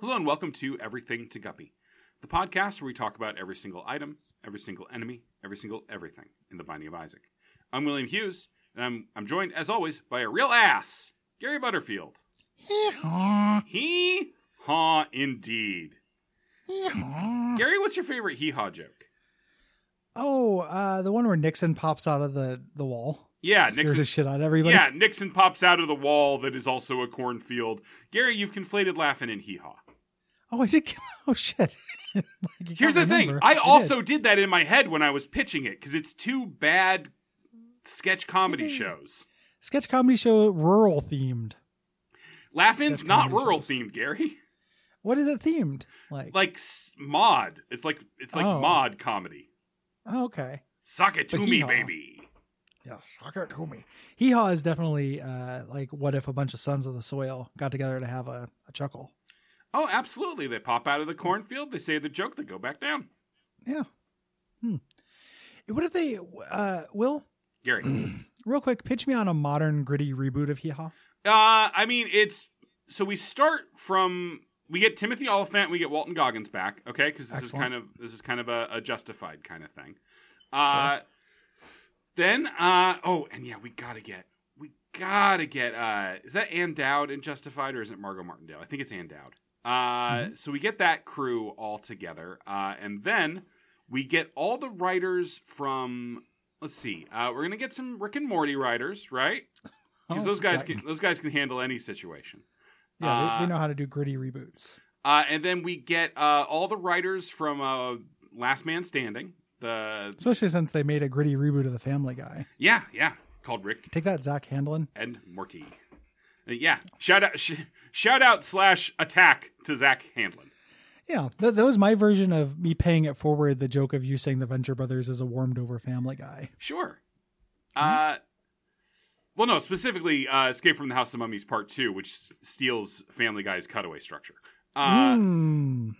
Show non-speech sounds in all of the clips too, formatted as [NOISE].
Hello and welcome to Everything to Guppy, the podcast where we talk about every single item, every single enemy, every single everything in the Binding of Isaac. I'm William Hughes, and I'm I'm joined as always by a real ass, Gary Butterfield. Hee haw indeed. Gary, what's your favorite hee haw joke? Oh, uh, the one where Nixon pops out of the, the wall. Yeah, Scares Nixon the shit out of everybody. Yeah, Nixon pops out of the wall that is also a cornfield. Gary, you've conflated laughing and hee haw. Oh, I did. [LAUGHS] Oh shit. Like, you Here's the can't remember. thing I did. also did. that in my head when I was pitching it because it's two bad sketch comedy shows. sketch comedy show rural themed. Laughing's Sketch not comedy rural shows. themed, Gary. [LAUGHS] What is it themed like? Like s- mod. It's like it's like Oh. mod comedy. oh, okay. Suck it to But me, hee-haw. baby. Yeah, shocker to me. Hee haw is definitely uh, like what if a bunch of sons of the soil got together to have a, a chuckle. Oh, absolutely. They pop out of the cornfield, they say the joke, they go back down. Yeah. Hmm. What if they uh, will Gary. real quick pitch me on a modern gritty reboot of Hee haw? Uh, I mean, it's so we start from we get Timothy Oliphant, we get Walton Goggins back, okay? Because this Excellent. is kind of this is kind of a, a justified kind of thing. Uh, then uh oh, and yeah, we gotta get we gotta get uh is that Ann Dowd in Justified or is it Margot Martindale? I think it's Ann Dowd. Uh, so we get that crew all together, uh, and then we get all the writers from. Let's see. Uh, we're gonna get some Rick and Morty writers, right? Because Oh, those guys yeah. can those guys can handle any situation. Yeah, they, uh, they know how to do gritty reboots. Uh, and then we get uh, all the writers from uh, Last Man Standing. The Especially since they made a gritty reboot of The Family Guy. yeah yeah called Rick Take that, Zach Handlin. and Morty. Uh, yeah, shout out sh- shout out slash attack to Zach Handlin. Yeah, th- that was my version of me paying it forward. The joke of you saying the Venture Brothers is a warmed over Family Guy. Sure. Uh, well, no, specifically uh, Escape from the House of Mummies Part Two, which s- steals Family Guy's cutaway structure. Uh, Mm.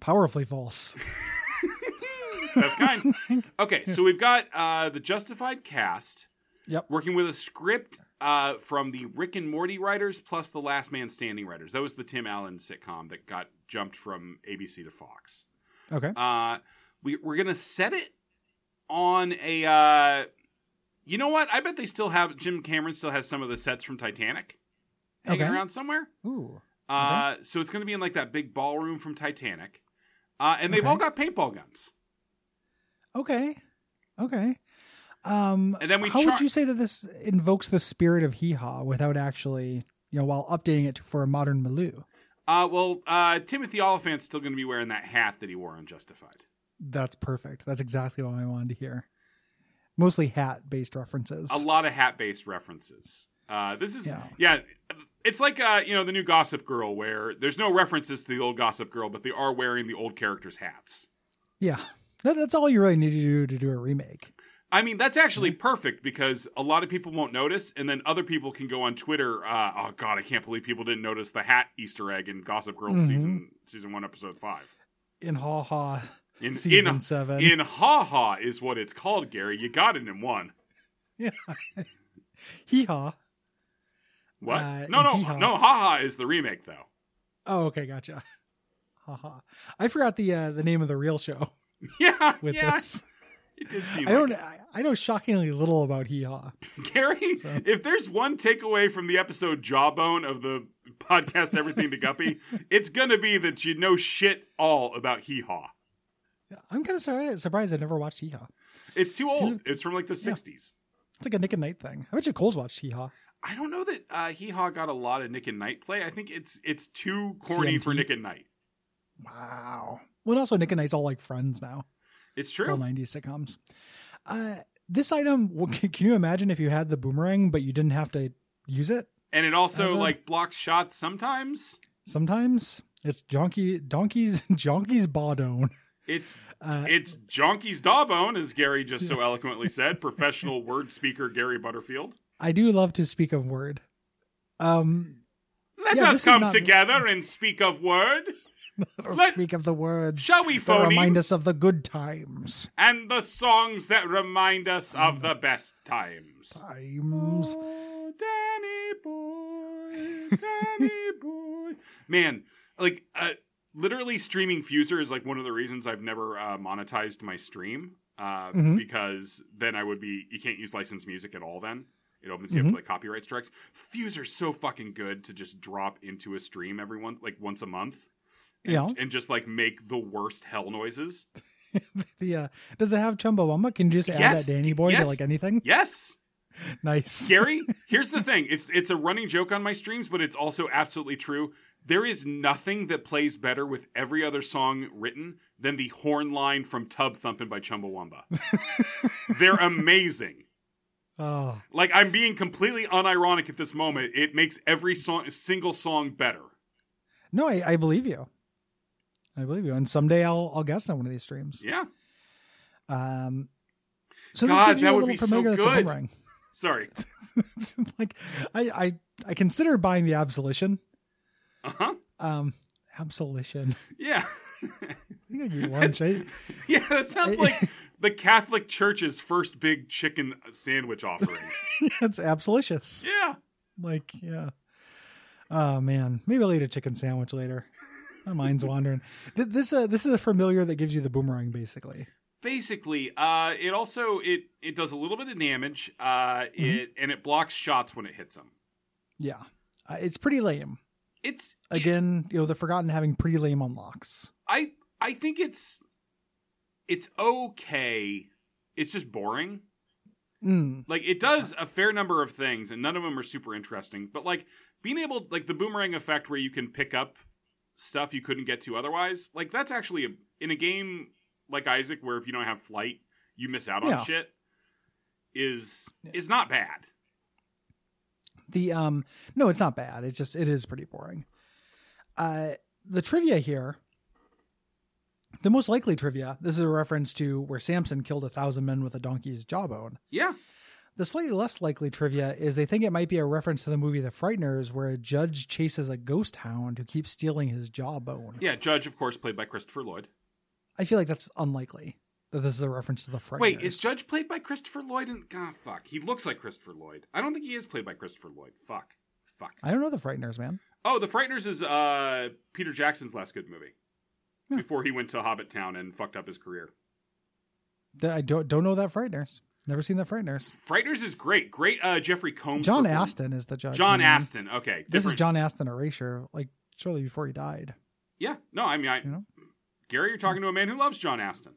Powerfully false. That's [LAUGHS] kind. Okay, so we've got uh, the Justified cast. Yep. Working with a script uh, from the Rick and Morty writers plus the Last Man Standing writers. That was the Tim Allen sitcom that got jumped from ABC to Fox. Okay. Uh, we, we're going to set it on a. Uh, you know what? I bet they still have. Jim Cameron still has some of the sets from Titanic hanging Okay. around somewhere. Ooh. Uh, So it's going to be in like that big ballroom from Titanic. Uh, and they've Okay. all got paintball guns. Okay. Okay. Um, And then we how char- would you say that this invokes the spirit of Hee Haw without actually, you know, while updating it for a modern milieu? Uh, well, uh, Timothy Oliphant's still going to be wearing that hat that he wore on Justified. That's perfect. That's exactly what I wanted to hear. Mostly hat based references. A lot of hat based references. Uh, this is yeah. Yeah. it's like uh, you know the new Gossip Girl where there's no references to the old Gossip Girl, but they are wearing the old characters' hats. Yeah. That, that's all you really need to do to do a remake. I mean, that's actually Mm-hmm. perfect because a lot of people won't notice, and then other people can go on Twitter. Uh, oh God, I can't believe people didn't notice the hat Easter egg in Gossip Girl Mhm. season season one episode five. In Haw Haw In season in, seven. in ha ha is what it's called, Gary. You got it in one. Hee Haw. What? Uh, no, no, Hee Haw. no. Ha ha is the remake though. [LAUGHS] Oh, okay, gotcha. Haha. I forgot the uh, the name of the real show [LAUGHS] Yeah, with yeah. this. It did seem. I don't like I, I know shockingly little about Hee Haw. it. Gary. So- If there's one takeaway from the episode Jawbone of the podcast Everything to Guppy, [LAUGHS] it's gonna be that you know shit all about Hee Haw. I'm kind of sur- surprised I never watched Hee Haw. It's too old. Dude. It's from like the Yeah. '60s. It's like a Nick and Night thing. I bet you Cole's watched Hee Haw. I don't know that uh, Hee Haw got a lot of Nick and Knight play. I think it's it's too corny for CMT. Nick and Knight. Wow. Well, and also Nick and Night's all like friends now. It's It's all true. 90s sitcoms. Uh, this item, well, [LAUGHS] can, can you imagine if you had the boomerang but you didn't have to use it? And it also As a- like blocks shots sometimes. Sometimes it's Jonky Donkey's [LAUGHS] Jonky's Bawdone. It's Uh, it's Jonky's Dawbone, as Gary just so eloquently said, professional word speaker Gary Butterfield. I do love to speak of word. [LAUGHS] Um, Let Yeah, us this is come not- together and speak of word. Let- speak of the words Shall we, that phony? remind us of the good times. and the songs that remind us of the best times. Times. Oh, Danny boy, Danny boy. Man, like uh, literally streaming Fuser is like one of the reasons I've never uh, monetized my stream uh, Mhm. because then I would be you can't use licensed music at all. Then it opens you up Mhm. to like copyright strikes. Fuser's so fucking good to just drop into a stream every once like once a month. And, Yeah. and just like make the worst hell noises. the uh, does it have Chumbawamba? Can you just add Yes, that Danny boy yes. to like anything? [LAUGHS] Yes, Nice. Gary. here's the thing: it's it's a running joke on my streams, but it's also absolutely true. There is nothing that plays better with every other song written than the horn line from Tub Thumpin' by Chumbawamba. They're amazing. Oh, Like I'm being completely unironic at this moment. It makes every song single song better. no, I, I believe you. I believe you. And someday I'll I'll guest on one of these streams. Yeah. Um, so God, this gives you that a would little be so familiar that's a good. boomerang. [LAUGHS] Sorry. It's like I I I consider buying the absolution. Uh huh. Um, absolution. [LAUGHS] Yeah. [LAUGHS] I think I can eat lunch. I, yeah. That sounds like the Catholic Church's first big chicken sandwich offering. it's absolutious. Yeah. Like, yeah. Oh man, maybe I'll eat a chicken sandwich later. My mind's wandering. [LAUGHS] Th- This uh, this is a familiar that gives you the boomerang, basically. basically uh it also it it does a little bit of damage uh it and it blocks shots when it hits them Yeah, uh, it's pretty lame. it's it- Again, you know, the forgotten having pretty lame unlocks. i i think it's it's okay it's just boring Mm, like it does a fair number of things and none of them are super interesting but like being able like the boomerang effect where you can pick up stuff you couldn't get to otherwise like that's actually a, in a game like isaac where if you don't have flight you miss out on Yeah. shit is is not bad the um, no, it's not bad. It's just it is pretty boring. Uh, the trivia here, the most likely trivia. This is a reference to where Samson killed a thousand men with a donkey's jawbone. yeah The slightly less likely trivia is they think it might be a reference to the movie The Frighteners, where a judge chases a ghost hound who keeps stealing his jawbone. Yeah, Judge, of course, played by Christopher Lloyd. I feel like that's unlikely that this is a reference to The Frighteners. Wait, is Judge played by Christopher Lloyd? And God, fuck, he looks like Christopher Lloyd. I don't think he is played by Christopher Lloyd. Fuck, fuck. I don't know The Frighteners, man. Oh, The Frighteners is uh Peter Jackson's last good movie Yeah. before he went to Hobbit Town and fucked up his career. Th- I don't don't know that Frighteners. Never seen The Frighteners. Frighteners is great, great. uh Jeffrey Combs, John perform- Aston is the judge. John man. Aston. Okay, This is different- John Aston Erasure, like shortly before he died. Yeah, no, I mean, I, You know? Gary, you're talking to a man who loves John Aston.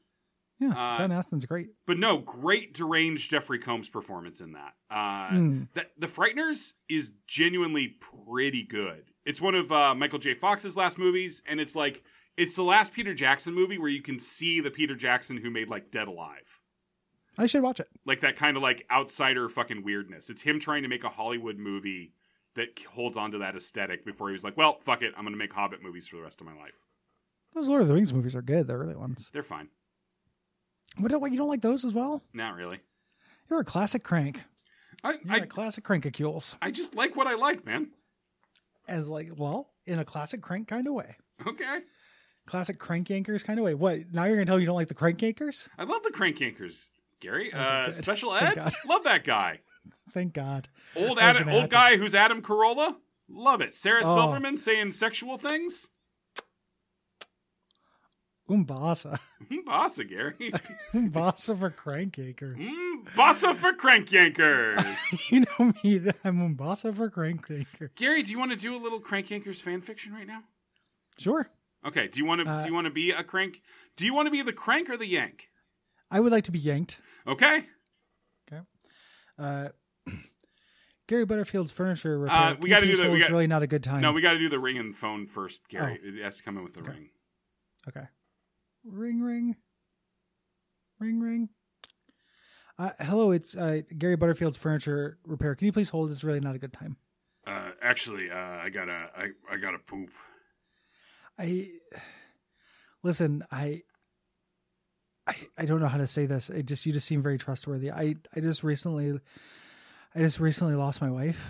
Yeah, Uh, John Aston's great. But no, great deranged Jeffrey Combs performance in that. Uh, Mm. that the Frighteners is genuinely pretty good. It's one of uh, Michael J. Fox's last movies, and it's like it's the last Peter Jackson movie where you can see the Peter Jackson who made like Dead Alive, I should watch it. like that kind of like outsider fucking weirdness. It's him trying to make a Hollywood movie that holds onto that aesthetic before he was like, well, fuck it, I'm gonna make Hobbit movies for the rest of my life. Those Lord of the Rings movies are good, the early ones. They're fine, What, don't- you don't like those as well? not really. You're a classic crank. I You're I, a classic crankacules. I just like what I like, man. as like well in a classic crank kind of way Okay, classic crank yankers kind of way what now you're gonna tell me you don't like the crank yankers I love the Crank Yankers, Gary. Oh, Uh, good. special Thank Ed, God. love that guy. thank god Old I was Adam, gonna old guy who's Adam Carolla. Love it. Sarah Oh. Silverman saying sexual things. umbasa [LAUGHS] Mm, Bossa, Gary. [LAUGHS] umbasa for crank yankers [LAUGHS] Mm, Bossa for crank yankers. you know me [LAUGHS] that i'm umbasa for crank yankers Gary, do you want to do a little crank yankers fan fiction right now? sure Okay. Do you want to? Uh, do you want to be a crank? Do you want to be the crank or the yank? i would like to be yanked Okay. uh [CLEARS THROAT] gary butterfield's furniture repair Uh, we gotta do Keep that. peaceful We is got- really not a good time No, we got to do the ring and phone first, Gary. It has to come in with the Oh. Okay. ring. okay ring ring ring ring uh, hello it's uh, gary butterfield's furniture repair can you please hold it's really not a good time Uh, actually, uh, I gotta, I, I gotta poop. I listen, I I I don't know how to say this. It just you just seem very trustworthy. I I just recently I just recently lost my wife.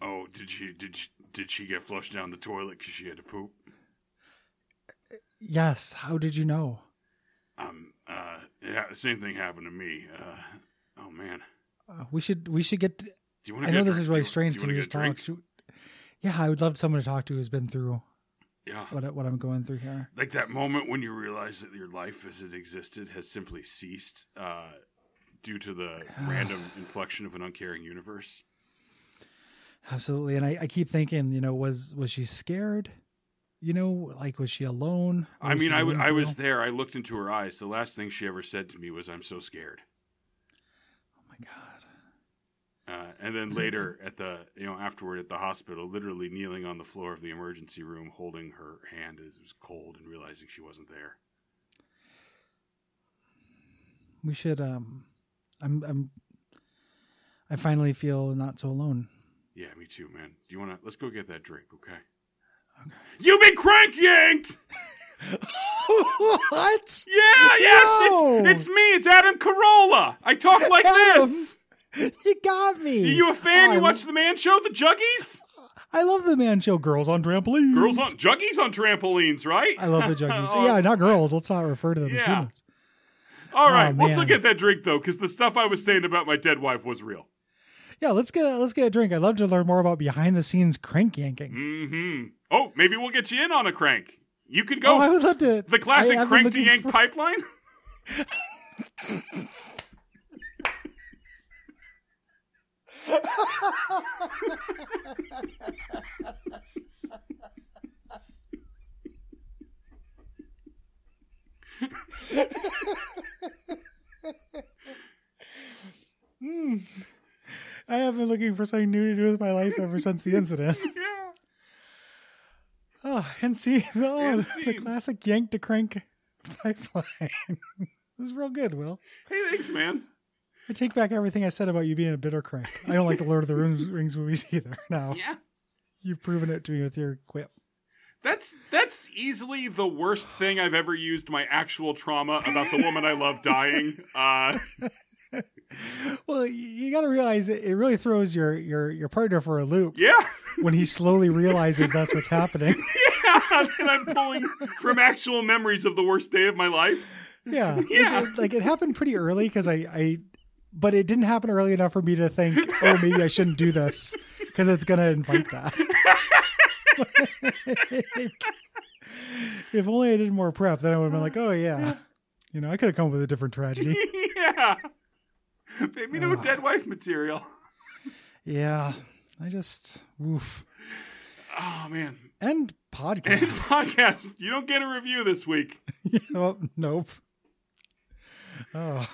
Oh, did she, did she, did she get flushed down the toilet because she had to poop? Yes, how did you know? Um, uh, yeah, the same thing happened to me. Uh, oh man, Uh, we should we should get do you want I know this is really do, strange. Do Can you you wanna just get a drink? talk? Should- yeah, I would love someone to talk to who's been through Yeah. what what I'm going through here. Like that moment when you realize that your life as it existed has simply ceased uh, due to the [SIGHS] random inflection of an uncaring universe. Absolutely. And I, I keep thinking, you know, was was she scared? You know, like was she alone? I mean, I I wa- I was there. I looked into her eyes. The last thing she ever said to me was, "I'm so scared." Oh my god. Uh, and then Is it- later at the you know afterward at the hospital, literally kneeling on the floor of the emergency room, holding her hand as it was cold, and realizing she wasn't there. We should. Um, I'm. I'm. I finally feel not so alone. [LAUGHS] Yeah, me too, man. Do you want to? Let's go get that drink, okay? You've been crank yanked. what? Yeah, yeah. it's- No. It's, it's me. It's Adam Carolla. I talk [LAUGHS] like Adam. this. You got me. Are you a fan? Oh, you I watch the Man Show, the Juggies? I love the man show. Girls on trampolines. Girls on Juggies on trampolines, right? I love the [LAUGHS] juggies. Oh, yeah, not girls. Let's not refer to them as Yeah. humans. All right, Oh, let's look man. at that drink though, because the stuff I was saying about my dead wife was real. Yeah, let's get a, let's get a drink. I'd love to learn more about behind the scenes crank yanking. hmm Oh, maybe we'll get you in on a crank. You could go Oh, I would love to. the classic I- I've been crank to looking yank for- pipeline. [LAUGHS] I have been looking for something new to do with my life ever since the incident. yeah. Oh, and see, [LAUGHS] oh, And the, the scene. classic yank to crank [LAUGHS] pipeline. [LAUGHS] this is real good, Will. Hey, thanks, man. I take back everything I said about you being a bitter crank. I don't like the Lord of [LAUGHS] the Rings, Rings movies either. [LAUGHS] Now Yeah. you've proven it to me with your quip. That's that's easily the worst thing I've ever used my actual trauma about the woman I love dying. Uh, Well, y- you got to realize it, it really throws your your your partner for a loop yeah, [LAUGHS] when he slowly realizes that's what's happening. yeah. And I'm pulling from actual memories of the worst day of my life. [LAUGHS] Yeah, It- Yeah. it- like it happened pretty early because I I, but it didn't happen early enough for me [LAUGHS] to think, oh, maybe I shouldn't do this because it's gonna invite that. [LAUGHS] if only I did more prep, then I would have been like, oh yeah, you know, I could have come up with a different [LAUGHS] tragedy. yeah. Maybe no Ugh. dead wife material. Yeah, I just woof Oh man. end And [LAUGHS] podcast. podcast. You don't get a review this week. oh, nope. Oh.